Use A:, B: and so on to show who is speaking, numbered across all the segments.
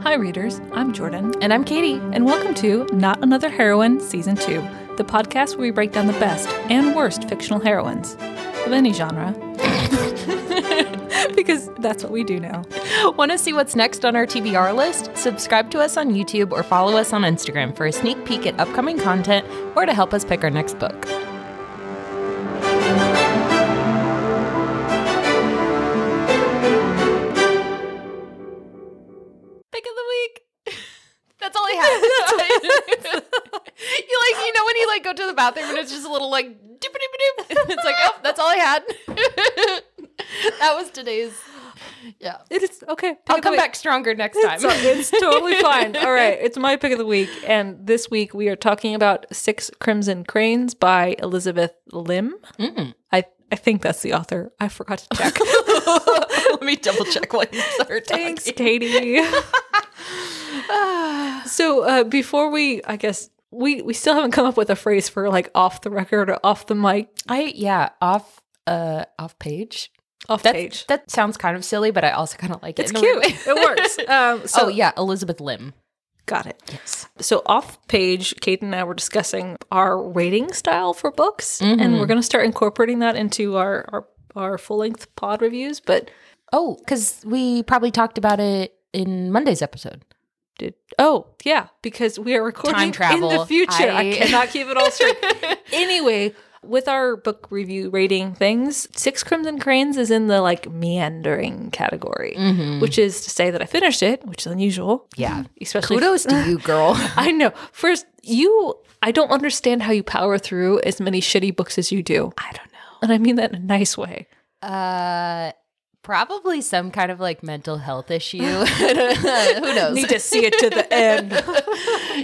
A: Hi, readers. I'm Jordan,
B: And I'm Katie.
A: and welcome to Not Another Heroine Season 2, the podcast where we break down the best and worst fictional heroines of any genre. because that's what we do now.
B: Want to see what's next on our TBR list? Subscribe to us on YouTube or follow us on Instagram for a sneak peek at upcoming content or to help us pick our next book. Pick of the week. That's all I had. you like you know when you like go to the bathroom and it's just a little like doop doop. It's like, oh, that's all I had. that was today's yeah.
A: It is okay. pick
B: I'll
A: of the
B: come
A: week.
B: back stronger next time.
A: It's, it's totally fine. All right. It's my pick of the week. And this week we are talking about Six Crimson Cranes by Elizabeth Lim.
B: Mm.
A: I, I think that's the author. I forgot to check.
B: Let me double check what you start
A: Thanks, Katie. so uh, before we, I guess we we still haven't come up with a phrase for like off the record or off the mic,
B: I yeah, off uh off page.
A: off
B: That
A: page.
B: that sounds kind of silly, but I also kind of like it.
A: it's
B: in a weird
A: cute.
B: way.
A: it works. Um, so
B: oh yeah, Elizabeth Lim.
A: got it.
B: Yes.
A: So off page, Kate and I were discussing our rating style for books, and we're going to start incorporating that into our our, our full length pod reviews. But
B: Oh, because we probably talked about it in Monday's episode.
A: did oh yeah because we are recording
B: Time travel.
A: in the future I...
B: I-
A: cannot keep it all straight anyway with our book review rating things six crimson cranes is in the like meandering category which is to say that i finished it which is unusual
B: Mm-hmm. Yeah.
A: especially
B: Kudos to you, girl.
A: i know first you i don't understand how you power through as many shitty books as you do
B: I don't know.
A: and i mean that in a nice way
B: Uh probably some kind of like mental health issue. Who knows?
A: need to see it to the end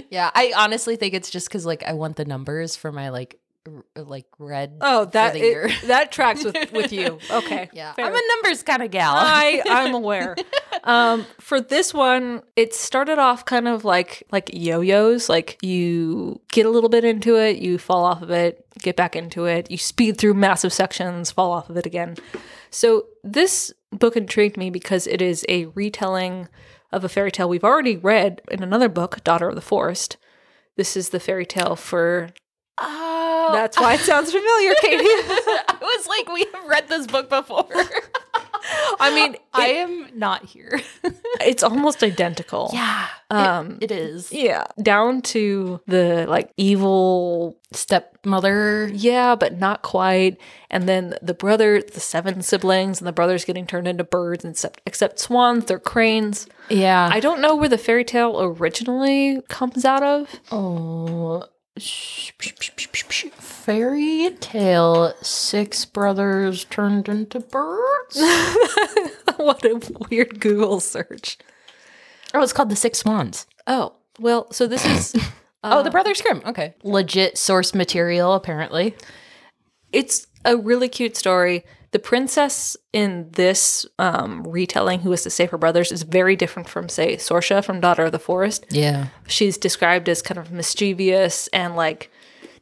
B: yeah, I honestly think it's just because like I want the numbers for my like r- like red.
A: oh that
B: the
A: it-
B: year.
A: that tracks with with you okay
B: yeah,
A: fair.
B: I'm a numbers kind of gal.
A: I I'm aware. Um, for this one, it started off kind of like like yo-yos. Like you get a little bit into it, you fall off of it, get back into it, you speed through massive sections, fall off of it again. So this book intrigued me because it is a retelling of a fairy tale we've already read in another book, Daughter of the Forest. This is the fairy tale for.
B: oh,
A: That's why it sounds familiar, Katie.
B: I was like, we have read this book before.
A: I mean,
B: I am not here.
A: it's almost identical.
B: yeah,
A: Um,
B: it is
A: Yeah, down to the like evil,
B: stepmother.
A: yeah, but not quite. And then the brother, the seven siblings, and the brothers getting turned into birds, and except, except swans, they're cranes.
B: Yeah.
A: I don't know where the fairy tale originally comes out of.
B: oh. sh- sh- sh- sh- sh- sh- Fairy tale: Six brothers turned into birds. oh,
A: what a weird Google search.
B: Oh, it's called the Six Swans.
A: Oh, well, so this is.
B: oh, the Brothers Grimm. Okay, legit source material apparently.
A: it's a really cute story. The princess in this um, retelling, who is to save her brothers, is very different from, say, Sorsha from Daughter of the Forest.
B: Yeah.
A: she's described as kind of mischievous and like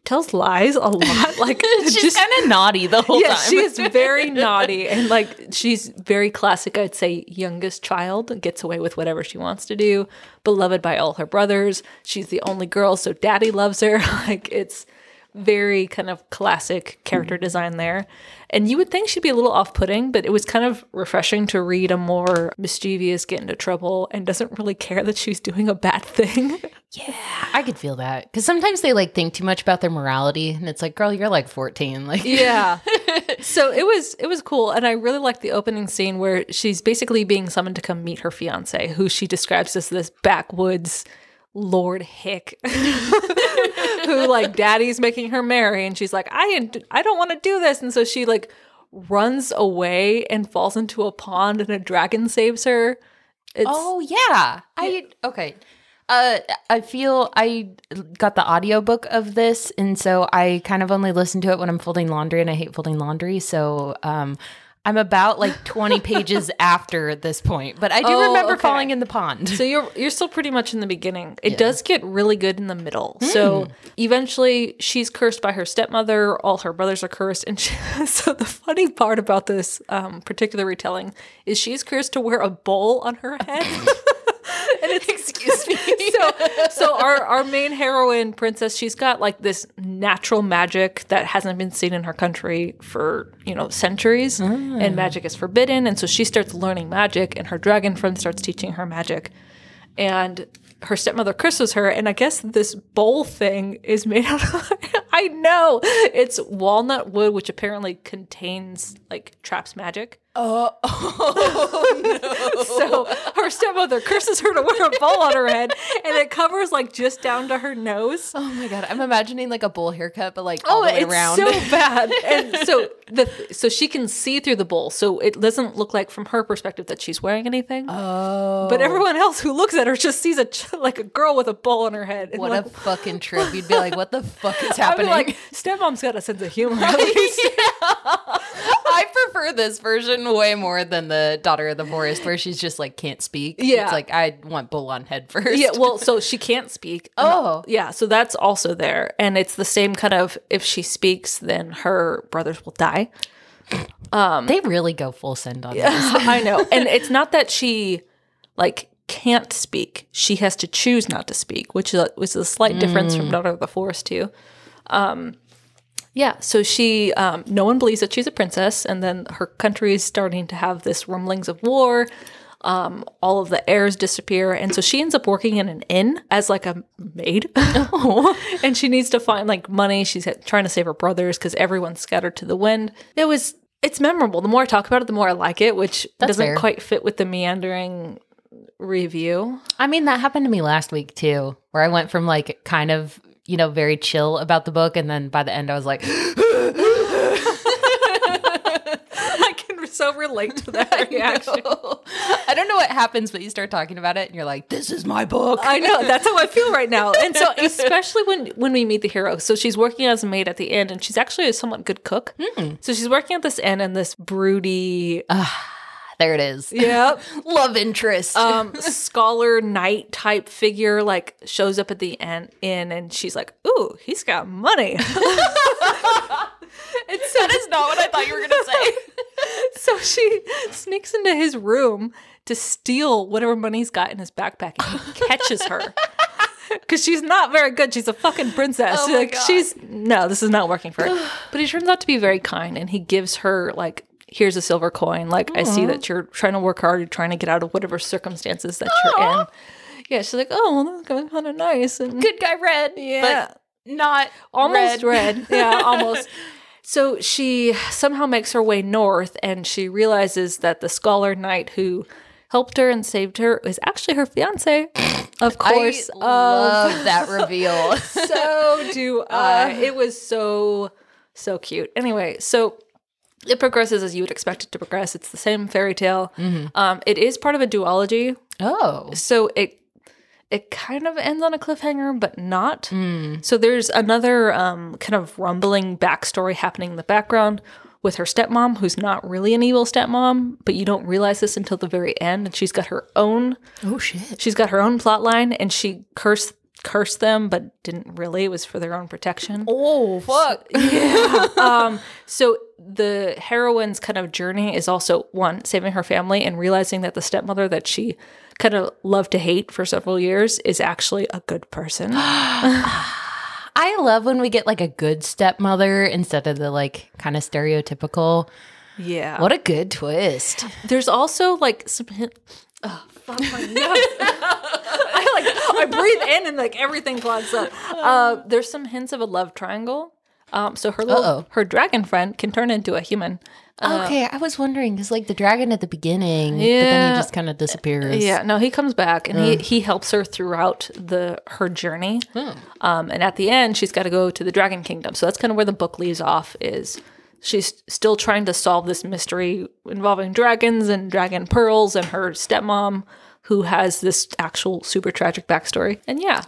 A: tells lies a lot. Like
B: She's
A: just
B: kind of naughty the whole
A: yeah,
B: time.
A: she is very naughty and like she's very classic. I'd say youngest child gets away with whatever she wants to do, beloved by all her brothers. She's the only girl, so daddy loves her. Like it's very kind of classic character design there. And you would think she'd be a little off putting, but it was kind of refreshing to read a more mischievous, get into trouble, and doesn't really care that she's doing a bad thing.
B: I could feel that because sometimes they like think too much about their morality, and it's like, girl, you're like 14. Like,
A: Yeah. so it was it was cool and I really liked the opening scene where she's basically being summoned to come meet her fiance who she describes as this backwoods lord hick who like daddy's making her marry and she's like I I don't want to do this and so she like runs away and falls into a pond and a dragon saves her. It's
B: oh yeah, I okay. Uh, I feel I got the audiobook of this, and so I kind of only listen to it when I'm folding laundry, and I hate folding laundry. So, um, I'm about like 20 pages after at this point, but I do
A: Oh,
B: remember
A: okay.
B: falling in the pond.
A: So you're you're still pretty much in the beginning. It does get really good in the middle. So eventually she's cursed by her stepmother. All her brothers are cursed, and she, so the funny part about this um, particular retelling is she's cursed to wear a bowl on her head. it's excuse me. so so our our main heroine princess, she's got like this natural magic that hasn't been seen in her country for, you know, centuries and magic is forbidden and so she starts learning magic and her dragon friend starts teaching her magic. And her stepmother curses her and I guess this bowl thing is made out of I know. It's walnut wood which apparently contains like traps magic. So her stepmother curses her to wear a bowl on her head, and it covers like just down to her nose.
B: Oh my god, I'm imagining like a bowl haircut, but like all
A: Oh,
B: the way
A: it's
B: around.
A: so bad. And so the so she can see through the bowl, so it doesn't look like from her perspective that she's wearing anything.
B: oh,
A: But everyone else who looks at her just sees a ch- like a girl with a bowl on her head. And
B: what
A: like,
B: a fucking trip! You'd be like, what the fuck is
A: I'd be
B: happening?
A: like, stepmom's got a sense of humor. at least."
B: I prefer this version way more than the daughter of the forest, where she's just like can't speak.
A: Yeah.
B: it's like I want bull on head first.
A: yeah, well, so she can't speak.
B: Oh.
A: yeah, so that's also there, and it's the same kind of if she speaks, then her brothers will die.
B: they really go full send on this.
A: I know. And it's not that she like can't speak. She has to choose not to speak, which is a, which is a slight difference from Daughter of the Forest too. Um yeah, so she um no one believes that she's a princess and then her country is starting to have this rumblings of war. Um, all of the heirs disappear, and so she ends up working in an inn as like a maid, and she needs to find like money. She's trying to save her brothers because everyone's scattered to the wind. It was it's memorable. The more I talk about it, the more I like it, which doesn't
B: fair.
A: quite fit with the meandering review.
B: I mean, that happened to me last week too, where I went from like kind of, you know, very chill about the book. And then by the end, I was like,
A: I can so relate to that reaction.
B: I don't know what happens, but you start talking about it and you're like, this is my book.
A: I know that's how I feel right now, and so especially when when we meet the hero. So she's working as a maid at the end, and she's actually a somewhat good cook.
B: Hmm.
A: So she's working at this inn in this broody, uh,
B: there it is.
A: yep,
B: Love interest.
A: um, scholar knight type figure like shows up at the end inn and she's like, "Ooh, he's got money." it's so,
B: that is not what I thought you were going to say.
A: so she sneaks into his room to steal whatever money he's got in his backpack, and he catches her. Because she's not very good. She's a fucking princess.
B: Oh my
A: like
B: God.
A: she's no, this is not working for her. But he turns out to be very kind, and he gives her like, "Here's a silver coin. Like I see that you're trying to work hard. You're trying to get out of whatever circumstances that you're in." Yeah, she's like, "Oh, well, that's kind of- kind of nice." And
B: Good guy, red.
A: Yeah.
B: But not
A: almost
B: red.
A: red. Yeah, almost. So she somehow makes her way north and she realizes that the scholar knight who helped her and saved her is actually her fiance. Of course.
B: I
A: of-
B: love that reveal.
A: so do I. Uh, it was so, so cute. Anyway, so it progresses as you would expect it to progress. It's the same fairy tale. Um, it is part of a duology,
B: oh.
A: so it it kind of ends on a cliffhanger but not so there's another um, kind of rumbling backstory happening in the background with her stepmom who's not really an evil stepmom but you don't realize this until the very end and she's got her own
B: Oh, shit.
A: she's got her own plot line and she cursed cursed them but didn't really it was for their own protection
B: Oh, fuck.
A: um, so the heroine's kind of journey is also one saving her family and realizing that the stepmother that she kind of loved to hate for several years is actually a good person.
B: I love when we get like a good stepmother instead of the like kind of stereotypical.
A: yeah.
B: What a good twist.
A: There's also like some. hint- Oh, fuck my nose. I like I breathe in and like everything clogs up. Uh, there's some hints of a love triangle. Um, so her little,
B: Uh-oh.
A: her dragon friend can turn into a human.
B: Okay, I was wondering because like the dragon at the beginning, but then
A: Yeah.
B: he just kind of disappears.
A: Yeah, no, he comes back and he, he helps her throughout the her journey. Um, and at the end, she's got to go to the Dragon Kingdom. So that's kind of where the book leaves off. Is she's still trying to solve this mystery involving dragons and dragon pearls and her stepmom, who has this actual super tragic backstory. And yeah,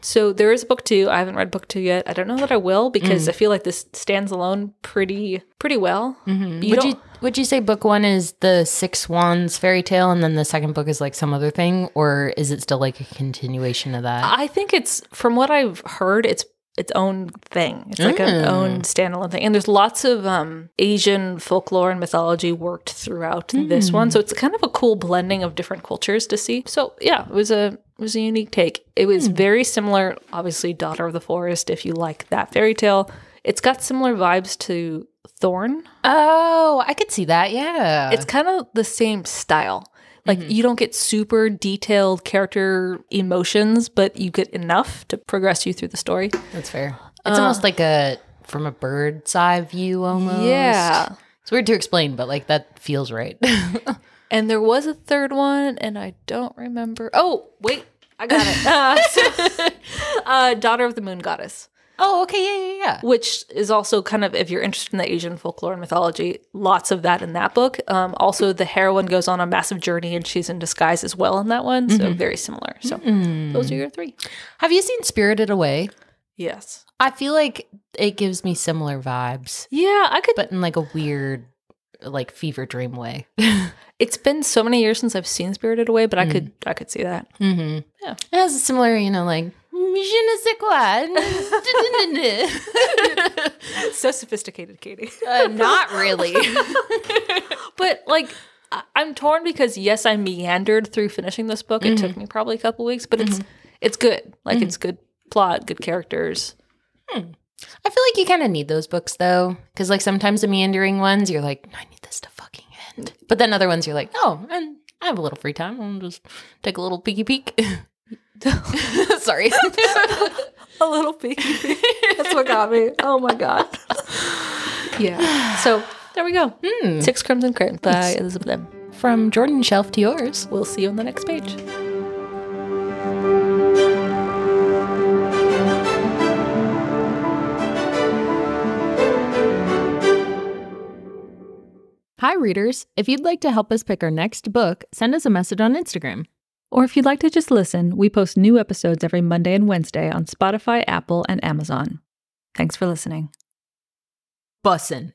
A: so there is a book two. I haven't read book two yet. I don't know that I will because I feel like this stands alone pretty pretty well. You
B: Would
A: don't-
B: you would you say book one is the Six Wands fairy tale, and then the second book is like some other thing, or is it still like a continuation of that?
A: I think it's from what I've heard, it's its own thing. It's like an own standalone thing. And there's lots of um, Asian folklore and mythology worked throughout this one. So it's kind of a cool blending of different cultures to see. So yeah, it was a it was a unique take. It was very similar, obviously, Daughter of the Forest, if you like that fairy tale. It's got similar vibes to Thorn.
B: Oh, I could see that. Yeah.
A: It's kind of the same style. Like you don't get super detailed character emotions, but you get enough to progress you through the story.
B: That's fair. It's almost like a from a bird's eye view almost.
A: Yeah.
B: It's weird to explain, but like that feels right.
A: And there was a third one, and I don't remember. Oh, wait, I got it. Uh, so- uh, Daughter of the Moon Goddess,
B: oh, okay. Yeah, yeah, yeah.
A: which is also kind of, if you're interested in the Asian folklore and mythology, lots of that in that book. Um, also, the heroine goes on a massive journey, and she's in disguise as well in that one. So, very similar. So, those are your three.
B: Have you seen Spirited Away?
A: Yes.
B: I feel like it gives me similar vibes,
A: Yeah, I could.
B: but in like a weird like fever dream way.
A: It's been so many years since I've seen Spirited Away, but I could, I could see that.
B: Mm-hmm.
A: Yeah.
B: It has a similar, you know, like je ne sais quoi.
A: so sophisticated, Katie.
B: Uh, not really.
A: but like I- I'm torn because yes, I meandered through finishing this book. It took me probably a couple weeks, but it's it's good. Like it's good plot, good characters.
B: I feel like you kind of need those books though, because like sometimes the meandering ones, you're like, I need this to fucking end. But then other ones, you're like, oh, and I have a little free time. I'll just take a little peeky peek. Sorry.
A: A little peeky. That's what got me. Oh my god. yeah. So there we go. Six Crimson Curtains by Elizabeth M.
B: From Jordan shelf to yours.
A: We'll see you on the next page.
C: Hi, readers. If you'd like to help us pick our next book, send us a message on Instagram.
D: Or if you'd like to just listen, we post new episodes every Monday and Wednesday on Spotify, Apple, and Amazon. Thanks for listening.
C: Bussin'.